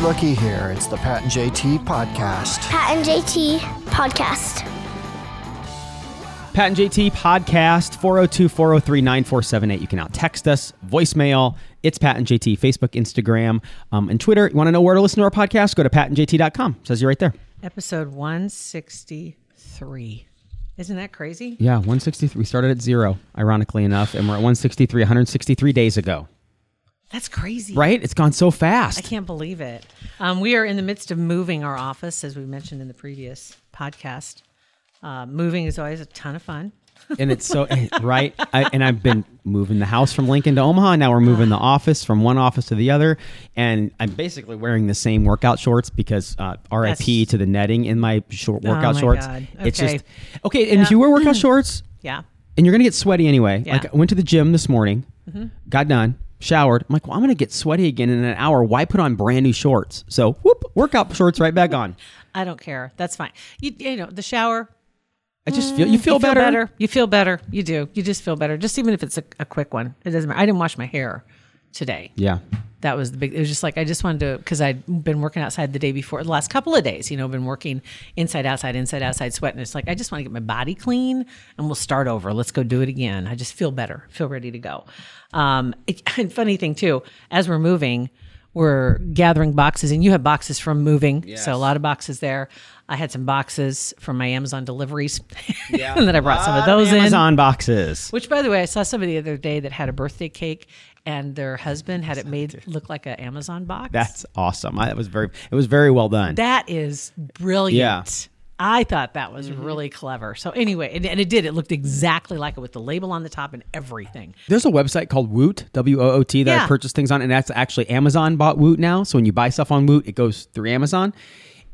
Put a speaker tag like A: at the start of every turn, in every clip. A: Lucky here. It's the Pat and JT podcast.
B: Pat and JT podcast.
C: Pat and JT podcast 402 403 9478. You can now text us, voicemail. It's Pat and JT, Facebook, Instagram, um, and Twitter. You want to know where to listen to our podcast? Go to patandjt.com. It says you right there.
D: Episode 163. Isn't that crazy?
C: Yeah, 163. We started at zero, ironically enough, and we're at 163, 163 days ago.
D: That's crazy.
C: Right? It's gone so
D: I
C: fast.
D: can't believe it. Um, we are in the midst of moving our office, as we mentioned in the previous podcast. Uh, moving is always a ton of fun.
C: And it's so, eh, right? I, and I've been moving the house from Lincoln to Omaha. Now we're moving the office from one office to the other. And I'm basically wearing the same workout shorts because uh, RIP
D: That's-
C: to the netting in my short workout
D: Oh my
C: shorts.
D: God.
C: It's
D: Okay.
C: just, okay. And if you wear workout shorts,
D: Yeah.
C: and you're gonna get sweaty anyway.
D: Yeah. Mm-hmm.
C: Like I went to the gym this morning, got done, showered. I'm like, well, I'm gonna get sweaty again in an hour. Why put on brand new shorts? So whoop, workout shorts right back on.
D: I don't care. That's fine. You, you know, the shower,
C: I just feel you feel, better.
D: You feel better. You do. You just feel better. Just even if it's a, a quick one, it doesn't matter. I didn't wash my hair today.
C: Yeah.
D: that was the big it was just like i just wanted to because i'd been working outside the day before the last couple of days you know been working inside outside inside outside sweating it's like i just want to get my body clean and we'll start over let's go do it again i just feel better feel ready to go um it, and funny thing too as we're moving we're gathering boxes and you have boxes from moving so a lot of boxes there i had some boxes from my amazon deliveries yeah, and then i brought some of those in
C: Amazon boxes.
D: which, by the way, I saw somebody the other day that had a birthday cake, and their husband had it made look like an Amazon box.
C: That's awesome. I, that was very. It was very well done.
D: that is brilliant.
C: Yeah. Mm-hmm.
D: I thought that was really clever. So anyway, and, and it did. It looked exactly like it with the label on the top and everything.
C: There's a website called Woot, W O O T, that I
D: Yeah.
C: purchase things on, and that's actually Amazon bought Woot now. So when you buy stuff on Woot, it goes through Amazon.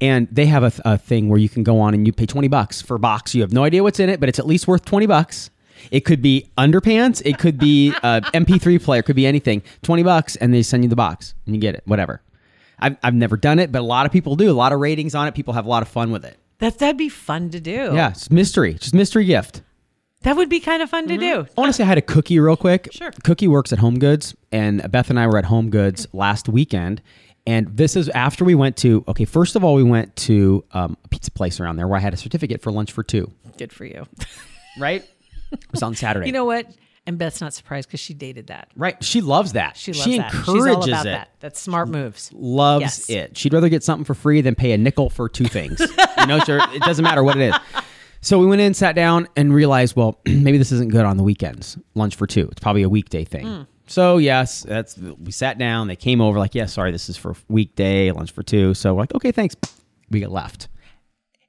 C: And they have a, th- a thing where you can go on and you pay 20 bucks for a box. You have no idea what's in it, but it's at least worth 20 bucks. It could be underpants, it could be a MP3 player, it could be anything. 20 bucks, and they send you the box and you get it, whatever. I've, I've never done it, but a lot of people do. A lot of ratings on it. People have a lot of fun with it.
D: That that'd be fun to do.
C: Yeah, it's mystery, just mystery gift.
D: that would be kind of fun to do.
C: I want to say hi to Cookie real quick.
D: Sure.
C: Cookie works at Home Goods, and Beth and I were at Home Goods
D: Mm-hmm.
C: last weekend. And this is after we went to, okay, first of all, we went to um, a pizza place around there where I had a certificate for lunch for two,
D: Good for you.
C: right? it was on Saturday.
D: you know what? And Beth's not surprised because she dated that.
C: right. She loves that.
D: She loves
C: she
D: that.
C: encourages
D: She's all about
C: it. Mm-hmm.
D: that. That's smart moves.
C: Loves
D: Yes.
C: it. She'd rather get something for free than pay a nickel for two things. you know, sure, it doesn't matter what it is. So we went in, sat down, and realized, well, maybe this isn't good on the weekends. Lunch for two. It's probably a weekday thing.
D: Hmm.
C: So yes, that's we sat down. They came over, like, yeah, sorry, this is for weekday lunch for two. So we're like, okay, thanks. We left,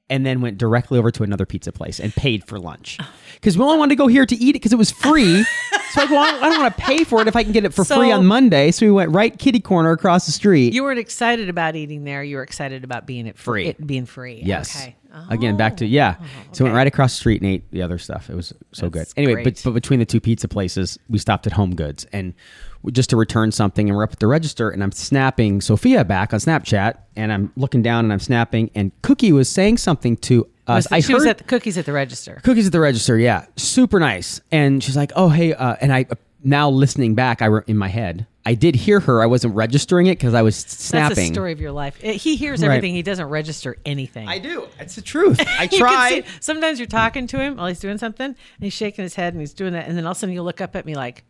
C: and then went directly over to another pizza place and paid for lunch
D: Oh.
C: because we only wanted to go here to eat it because it was free. so like, well, I don't- I don't want to pay for it if I can get it for
D: So-
C: free on Monday. So we went right kitty corner across the street.
D: You weren't excited about eating there. You were excited about being it
C: Free.
D: It being free.
C: Yes.
D: Okay. Oh,
C: Again, back to yeah. So we went right across the street and ate the other stuff. It was so
D: That's
C: good. Anyway, but,
D: great.
C: but between the two pizza places, we stopped at Home Goods and we- just to return something, and we're up at the register, and I'm snapping Sophia back on Snapchat, and I'm looking down and I'm snapping, and Cookie was saying something to us.
D: Was the-
C: Uh, I
D: she
C: heard
D: was at the cookies at the register.
C: cookies at the register. Yeah, super nice. And she's like, "Oh, hey," uh, and I now listening back, I re- in my head, I did hear her. I wasn't registering it because I was snapping.
D: That's the story of your life. It- he hears
C: Right.
D: everything. He doesn't register anything.
C: I do. It's the truth. I
D: You can see-
C: try.
D: sometimes you're talking to him while he's doing something, and he's shaking his head and he's doing that, and then all of a sudden you look up at me like,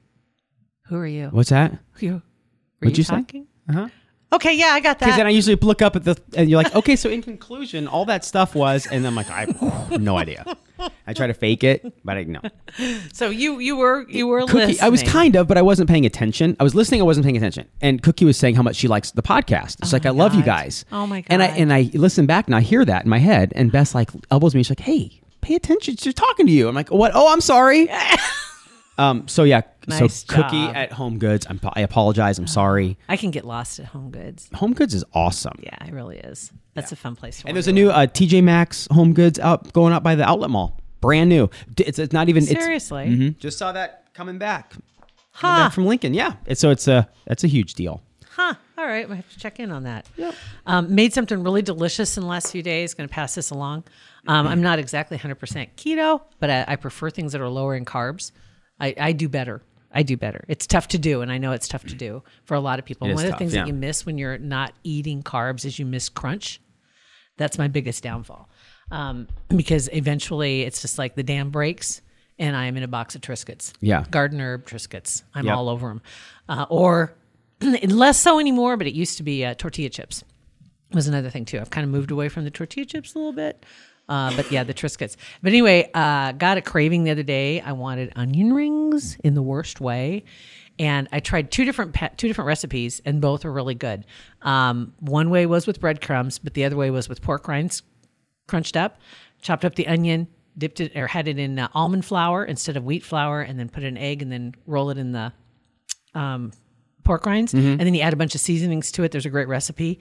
D: "Who are you?
C: What's that?
D: Who you? Were
C: What'd you say?
D: talking?
C: Uh huh.
D: Okay, yeah, I got
C: Because
D: that.
C: then I usually look up at the and you're like, okay, so in conclusion, all that stuff was, and I'm like, I no idea. I try to fake it, but I no.
D: so you you were you were
C: Cookie, I was
D: listening.
C: kind of, but I wasn't paying attention. I was listening, I wasn't paying attention. And Cookie was saying how much she likes the podcast. It's like, I love you
D: God.
C: guys.
D: Oh my
C: And I
D: God.
C: and I listen back and I hear that in my head. And Bess like elbows me. She's like, hey, pay attention. She's talking to you. I'm like, what? Oh, I'm sorry. um. So yeah.
D: Nice
C: so Cookie
D: job.
C: at Home Goods. I'm, I apologize. I'm sorry.
D: I can get lost at Home Goods.
C: Home Goods is awesome.
D: Yeah, it really is. That's a fun place. To
C: And
D: wander.
C: there's a new uh, TJ Maxx Home Goods out going out by the outlet mall, brand new. D- It's, it's not even. It's,
D: seriously.
C: Mhm. just saw that coming back. Coming
D: Huh.
C: back from Lincoln, yeah. It's, so it's a that's a huge deal.
D: Huh. All right. We have to check in on that. Um, made something really delicious in the last few days. Going to pass this along. Um, I'm not exactly 100% keto, but I, I prefer things that are lower in carbs. I, I do better. I do better. It's tough to do, and I know it's tough to do for a lot of people.
C: It
D: One
C: is
D: of the
C: tough,
D: things
C: yeah.
D: that you miss when you're not eating carbs is you miss crunch. That's my biggest downfall, um, because eventually it's just like the dam breaks, and I am in a box of Triscuits.
C: Yeah.
D: garden herb Triscuits. I'm
C: Yep.
D: all over them, uh, or less so anymore. But it used to be uh, tortilla chips was another thing too. I've kind of moved away from the tortilla chips a little bit. Uh, but yeah, the Triscuits. But anyway, uh, got a craving the other day. I wanted onion rings in the worst way, and I tried two different pa- two different recipes, and both were really good. Um, one way was with breadcrumbs, but the other way was with pork rinds crunched up, chopped up the onion, dipped it or had it in uh, almond flour instead of wheat flour, and then put an egg and then roll it in the um, pork rinds,
C: Mm-hmm.
D: and then you add a bunch of seasonings to it. There's a great recipe.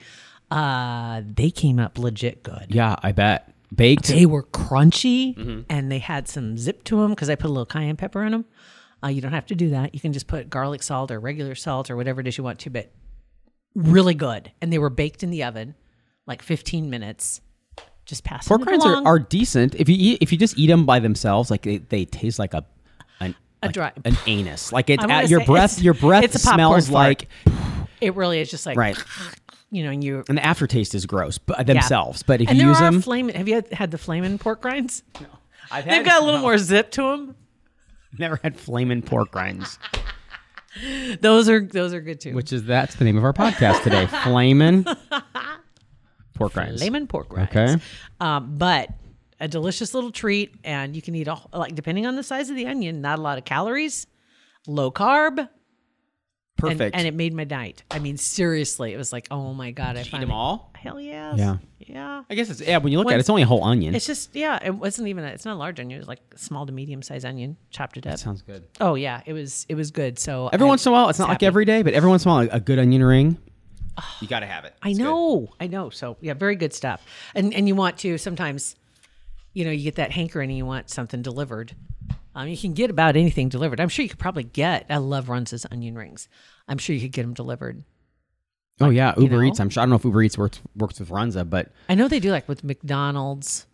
D: Uh, they came up legit good.
C: Yeah, I bet. Baked.
D: They were crunchy
C: Mm-hmm.
D: and they had some zip to them because I put a little cayenne pepper in them. Uh, you don't have to do that. You can just put garlic salt or regular salt or whatever it is you want to, but really good. And they were baked in the oven like 15 minutes. Just pass
C: Pork rinds are,
D: along.
C: are decent. If you eat, if you just eat them by themselves, like they, they taste like a an
D: A
C: like
D: dry-
C: an anus. Like it's
D: I wanna
C: at your
D: say
C: breath.
D: it's-
C: Your breath
D: it's a popcorn
C: smells
D: fart.
C: like
D: it really is just like,
C: right,
D: you know, and you
C: and the aftertaste is gross but
D: yeah.
C: themselves. But if
D: and
C: you
D: there
C: use
D: are
C: them,
D: flamin- have you had, had the flamin' pork rinds?
C: I've
D: They've got a little more zip to them.
C: Never had flaming pork rinds,
D: Those are those are good too.
C: which is that's the name of our podcast today. Flamin' pork rinds.
D: lemon pork rinds.
C: Okay.
D: Um, but a delicious little treat, and you can eat all like depending on the size of the onion, not a lot of calories, low carb, and,
C: Perfect.
D: and it made my night. I mean, seriously, it was like, oh my god, I
C: eat
D: finally
C: them all.
D: Hell yes.
C: Yeah.
D: Yeah.
C: I guess it's yeah. When you look at it,
D: Once-
C: it's only a whole onion.
D: It's just yeah, it wasn't even a, it's not a large onion. It was like a small to medium sized onion, chopped it up.
C: Sounds good.
D: oh yeah, it was it was good. So
C: Every
D: I-
C: once in a while, it's not like
D: happy.
C: every day, but every once in a while, a good onion ring. Oh, You gotta have it.
D: I know, I know. So yeah, very good stuff. And and you want to sometimes, you know, you get that hankering and you want something delivered. Um, you can get about anything delivered. I'm sure you could probably get. I love Runce's onion rings. I'm sure you could get them delivered.
C: Oh yeah, Uber
D: know?
C: Eats. I'm sure. I don't know if Uber Eats works works with Runza, but
D: I know they do like with McDonald's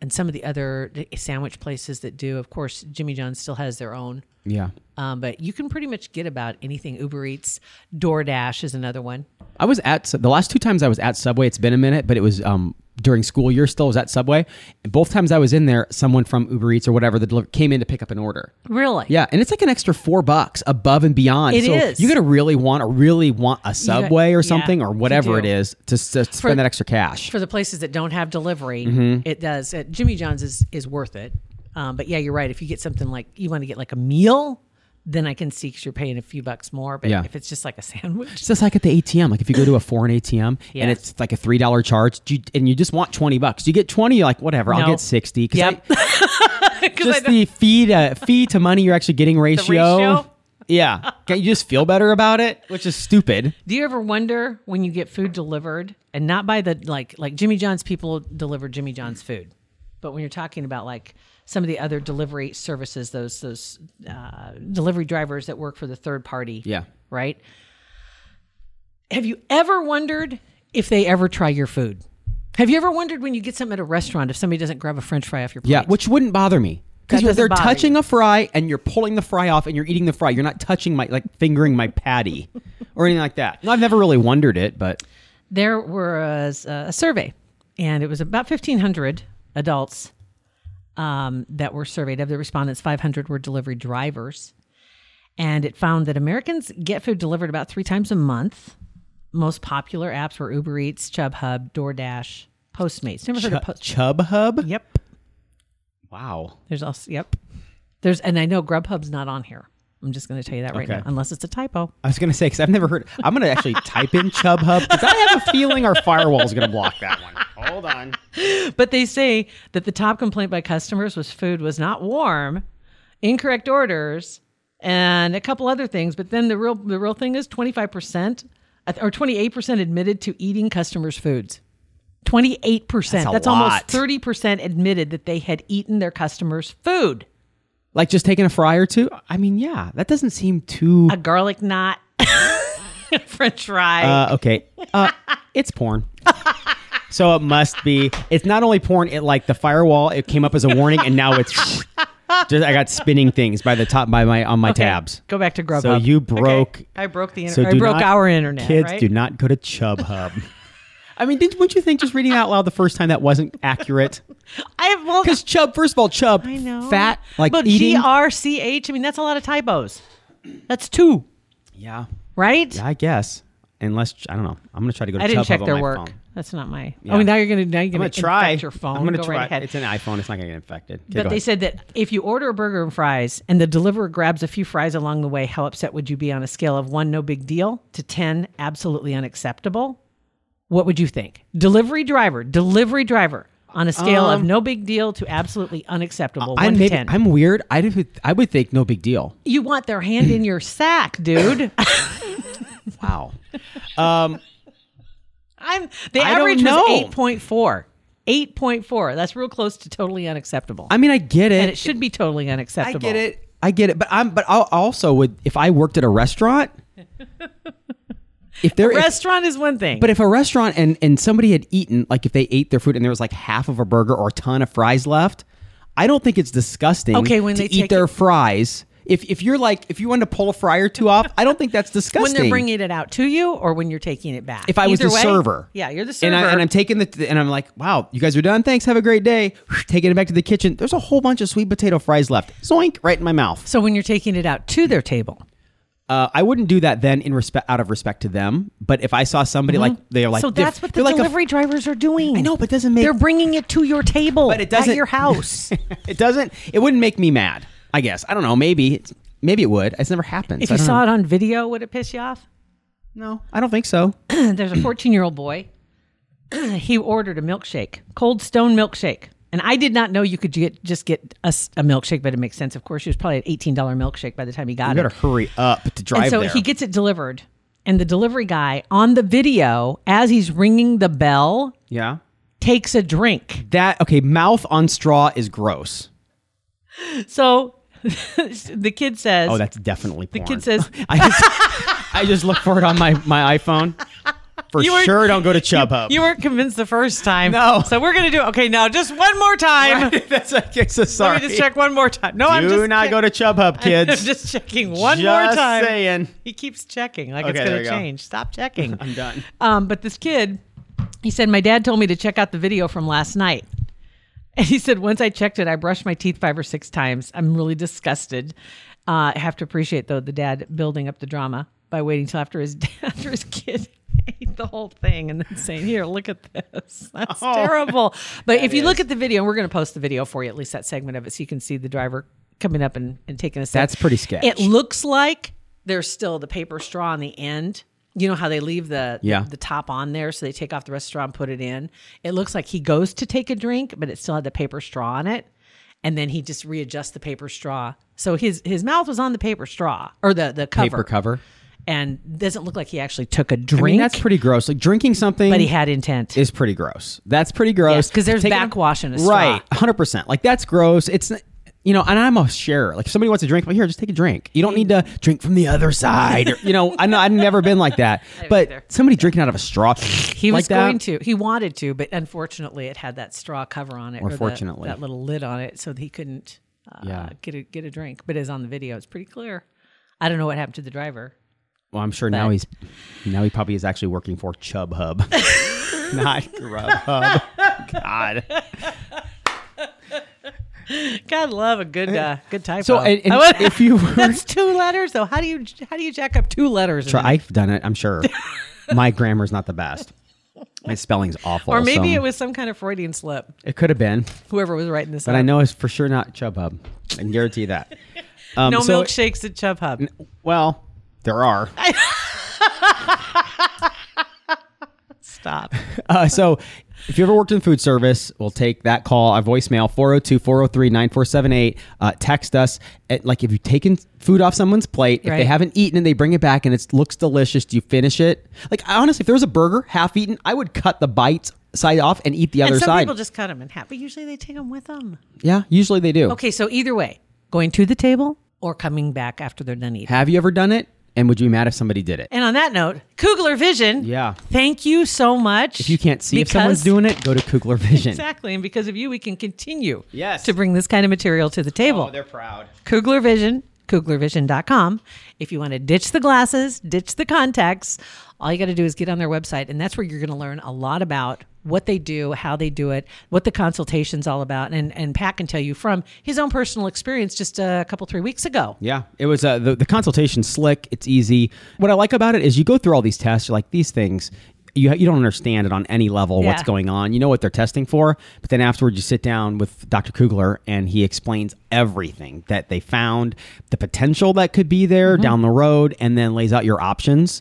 D: and some of the other sandwich places that do. Of course, Jimmy John's still has their own.
C: yeah,
D: Um, but you can pretty much get about anything. Uber Eats, DoorDash is another one.
C: I was at the last two times I was at Subway. It's been a minute, but it was um during school year. Still was at Subway, and both times I was in there, someone from Uber Eats or whatever that deli- came in to pick up an order.
D: Really?
C: Yeah, and it's like an extra four bucks above and beyond.
D: It
C: so
D: is.
C: You gotta really want or really want a Subway or
D: yeah,
C: something or
D: you
C: whatever it
D: do.
C: is to, s- spend that extra cash.
D: for the places that don't have delivery,
C: Mm-hmm.
D: it does. Uh, Jimmy John's is is worth it. Um, but yeah, you're right. If you get something like you want to get like a meal, then I can see because you're paying a few bucks more. But
C: Yeah.
D: if it's just like a sandwich,
C: It's just like at the ATM. Like if you go to a foreign ATM
D: Yeah.
C: and it's like a three dollar charge, do you, and you just want twenty bucks, you get twenty. You're like, whatever, I'll
D: No.
C: get sixty. 'cause
D: yep.
C: I-
D: 'Cause I
C: just
D: don't-
C: the fee to fee to money you're actually getting ratio.
D: ratio?
C: Yeah, can you just feel better about it? Which is stupid.
D: do you ever wonder when you get food delivered and not by the like like Jimmy John's people deliver Jimmy John's food, but when you're talking about like some of the other delivery services, those those uh, delivery drivers that work for the third party,
C: Yeah.
D: right? Have you ever wondered if they ever try your food? Have you ever wondered when you get something at a restaurant if somebody doesn't grab a French fry off your plate?
C: Yeah, which wouldn't bother me because
D: That
C: you're
D: doesn't
C: they're
D: bother
C: touching a fry and you're pulling the fry off and you're eating the fry. You're not touching my like fingering my patty or anything like that. No, I've never really wondered it, but
D: there was a, a survey, and it was about 1,500 adults um, that were surveyed. Of the respondents, 500 were delivery drivers. And it found that Americans get food delivered about three times a month. Most popular apps were Uber Eats, Chubhub, DoorDash, Postmates. Never heard of Postmates.
C: Chub Hub.
D: Yep.
C: Wow.
D: There's also yep. There's and I know Grubhub's not on here. I'm just going to tell you that right
C: Okay.
D: now, unless it's a typo.
C: I was gonna say because I've never heard. I'm gonna actually type in Chub Hub because I have a feeling our firewall is gonna block that one. Hold on.
D: But they say that the top complaint by customers was food was not warm, incorrect orders, and a couple other things. But then the real the real thing is 25 percent or 28 percent admitted to eating customers' foods. 28 percent.
C: That's a
D: That's
C: lot.
D: almost 30 percent admitted that they had eaten their customers' food.
C: Like just taking a fry or two. I mean, yeah, that doesn't seem too.
D: A garlic knot, French fry.
C: Uh, okay, uh, it's porn. So it must be. It's not only porn. It like the firewall. It came up as a warning, and now it's. Just, I got spinning things by the top by my on my
D: Okay,
C: tabs.
D: Go back to Grubhub.
C: So you
D: Okay,
C: broke.
D: I broke the
C: So
D: internet. I
C: do
D: broke
C: not-
D: our internet.
C: Kids,
D: right?
C: do not go to Chubhub. I mean, didn't wouldn't you think just reading out loud the first time that wasn't accurate?
D: I have well,
C: Because Chub, first of all, Chub,
D: I know
C: fat, like
D: but
C: eating.
D: G R C H. I mean, that's a lot of typos. That's two,
C: yeah,
D: right?
C: yeah, I guess. Unless I don't know, I'm gonna try to go. to
D: I didn't
C: Chubhub
D: check
C: on
D: their
C: my
D: work.
C: phone.
D: That's not my.
C: Yeah.
D: Oh, now you're gonna now you're
C: I'm
D: gonna,
C: gonna try
D: infect your phone.
C: I'm gonna
D: Go
C: try.
D: right ahead.
C: It's an iPhone. It's not gonna get infected. Okay,
D: but
C: go
D: they
C: ahead.
D: said that if you order a burger and fries and the deliverer grabs a few fries along the way, how upset would you be on a scale of one, no big deal, to 10, absolutely unacceptable? What would you think? Delivery driver, delivery driver, on a scale of no big deal to absolutely unacceptable,
C: I'm,
D: one to
C: Um, maybe-
D: 10.
C: I'm weird. I would, I would think no big deal.
D: you want their hand in your sack, dude.
C: Wow.
D: I'm, the
C: I don't
D: average
C: know.
D: was 8.4. 8.4. That's real close to totally unacceptable.
C: I mean, I get it.
D: and it should be totally
C: I
D: unacceptable.
C: get it. I get it. But I'm. But I also would if I worked at a restaurant. If there, if-
D: Restaurant is one thing.
C: but if a restaurant and and somebody had eaten, like if they ate their food and there was like half of a burger or a ton of fries left, I don't think it's disgusting.
D: Okay, when
C: to
D: they
C: eat
D: take
C: their
D: it-
C: fries, if if you're like if you wanted to pull a fry or two off, I don't think that's disgusting.
D: when they're bringing it out to you or when you're taking it back.
C: if I was
D: Either
C: the
D: way-
C: server.
D: Yeah, you're the server.
C: And, I, and I'm taking the and I'm like, wow, you guys are done. Thanks. Have a great day. Taking it back to the kitchen. There's a whole bunch of sweet potato fries left. Zoink, right in my mouth.
D: so when you're taking it out to their table,
C: Uh, I wouldn't do that then in respect out of respect to them. But if I saw somebody like they're like
D: Mm-hmm. so
C: diff-
D: that's what the
C: they're like a-
D: delivery drivers are doing.
C: I know, but it doesn't make-
D: they're bringing it to your table,
C: But it doesn't-
D: at your house.
C: it doesn't. It wouldn't make me mad. I guess I don't know. Maybe it's, maybe it would. It's never happened.
D: if
C: so
D: you
C: I don't
D: saw
C: know.
D: it on video, would it piss you off?
C: no, I don't think so.
D: There's a 14 year old boy. he ordered a milkshake, cold stone milkshake. And I did not know you could get, just get a, s- a milkshake, but it makes sense. Of course, it was probably an $18 milkshake by the time he got
C: You
D: it.
C: better hurry up to drive
D: and so
C: there.
D: he gets it delivered and the delivery guy on the video as he's ringing the bell
C: yeah,
D: takes a drink
C: that okay. Mouth on straw is gross.
D: so the kid says
C: Oh, that's definitely porn.
D: kid says-
C: I just, I just look for it on my, my iPhone. For
D: You were-
C: sure, don't go to Chubhub.
D: you weren't convinced the first time
C: No.
D: so we're gonna do okay now just one more time
C: That's okay. So sorry.
D: let me just check one more time no i'm
C: Do
D: just
C: not
D: check-
C: go to Chubhub,
D: I'm
C: kids.
D: just checking one more
C: Just
D: time
C: saying.
D: he keeps checking like
C: Okay,
D: it's
C: there
D: gonna
C: you go.
D: change stop checking
C: I'm done.
D: Um, but this kid, he said, My dad told me to check out the video from last night. And he said, Once I checked it, I brushed my teeth five or six times. I'm really disgusted. Uh, I have to appreciate, though, the dad building up the drama by waiting till after his, after his kid ate the whole thing and then saying, Here, look at this. That's
C: Oh.
D: terrible. But if you
C: is.
D: look at the video, and we're going to post the video for you, at least that segment of it, so you can see the driver coming up and, and taking a sip.
C: That's pretty sketch.
D: It looks like there's still the paper straw on the end. You know how they leave the
C: Yeah.
D: the top on there, so they take off the rest of the straw and put it in. It looks like he goes to take a drink, but it still had the paper straw on it, and then he just readjusts the paper straw. So his his mouth was on the paper straw or the the cover,
C: Paper cover.
D: and doesn't look like he actually took a
C: I
D: drink.
C: mean, that's pretty gross. Like drinking something
D: but he had intent.
C: is pretty gross. That's pretty gross.
D: Yes, 'cause there's
C: Taking a-
D: backwash in a straw.
C: Right, hundred percent. Like that's gross. It's you know, and I'm a sharer. Like if somebody wants a drink, well, here, just take a drink. You don't need to drink from the other side. Or, you know, I know I've never been like that, but
D: either.
C: somebody drinking out of a straw.
D: He was
C: like that,
D: going to. He wanted to, but unfortunately, it had that straw cover on it,
C: Or
D: the-
C: fortunately.
D: that little lid on it, so that he couldn't uh,
C: Yeah.
D: get a get a drink. But it's on the video; it's pretty clear. I don't know what happened to the driver.
C: Well, I'm sure now
D: But-
C: he's now he probably is actually working for Chub Hub, not Grubhub. God.
D: God love a good uh, good typo.
C: So and, and
D: I would-
C: if you were,
D: that's two letters, though. How do you how do you jack up two letters? in
C: Try-
D: it?
C: I've done it. I'm sure. My grammar's not the best. My spelling's awful.
D: or maybe
C: so-
D: it was some kind of Freudian slip.
C: It could have been,
D: Whoever was writing this,
C: but
D: up.
C: I know it's for sure not Chubhub. I can guarantee that. Um,
D: no
C: so-
D: milkshakes at Chubb Hub.
C: Well, there are.
D: Stop.
C: Uh, so if you ever worked in food service, we'll take that call, our voicemail, 402 403 9478. Uh, Text us. At, like if you've taken food off someone's plate, if they
D: Right.
C: haven't eaten and they bring it back and it looks delicious, do you finish it? Like, I- honestly, if there was a burger half eaten, I would cut the bite side off and eat the other
D: and some
C: side.
D: people just cut them in half, but usually they take them with them.
C: yeah, usually they do.
D: Okay, so either way, going to the table or coming back after they're done eating.
C: Have you ever done it? And would you be mad if somebody did it?
D: And on that note, Kugler Vision.
C: Yeah.
D: Thank you so much.
C: If you can't see if someone's
D: because-
C: doing it, go to Kugler Vision.
D: Exactly. And because of you, we can continue
C: Yes.
D: to bring this kind of material to the table.
C: Oh, they're proud.
D: Kugler Vision, kuglervision.com. If you want to ditch the glasses, ditch the contacts, all you got to do is get on their website, and that's where you're going to learn a lot about what they do, how they do it, what the consultation's all about. And, and Pat can tell you from his own personal experience just a couple, three weeks ago.
C: Yeah, it was uh, the the consultation's slick. It's easy. What I like about it is you go through all these tests. You're like these things. You, you don't understand it on any level what's
D: Yeah.
C: going on. You know what they're testing for, but then afterward you sit down with Dr. Kugler and he explains everything that they found, the potential that could be there down the road, and then lays out your options.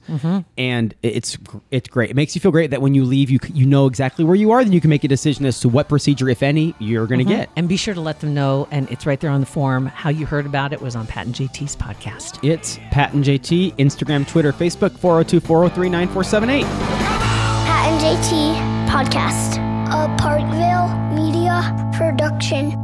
C: And it- it's gr- it's great. It makes you feel great that when you leave, you c- you know exactly where you are. Then you can make a decision as to what procedure, if any, you're going to get.
D: And be sure to let them know, and it's right there on the form, how you heard about it was on Pat and JT's podcast.
C: It's Pat and JT, Instagram, Twitter, Facebook, 402 403 9478.
B: Pat and JT Podcast.
E: A Parkville Media Production.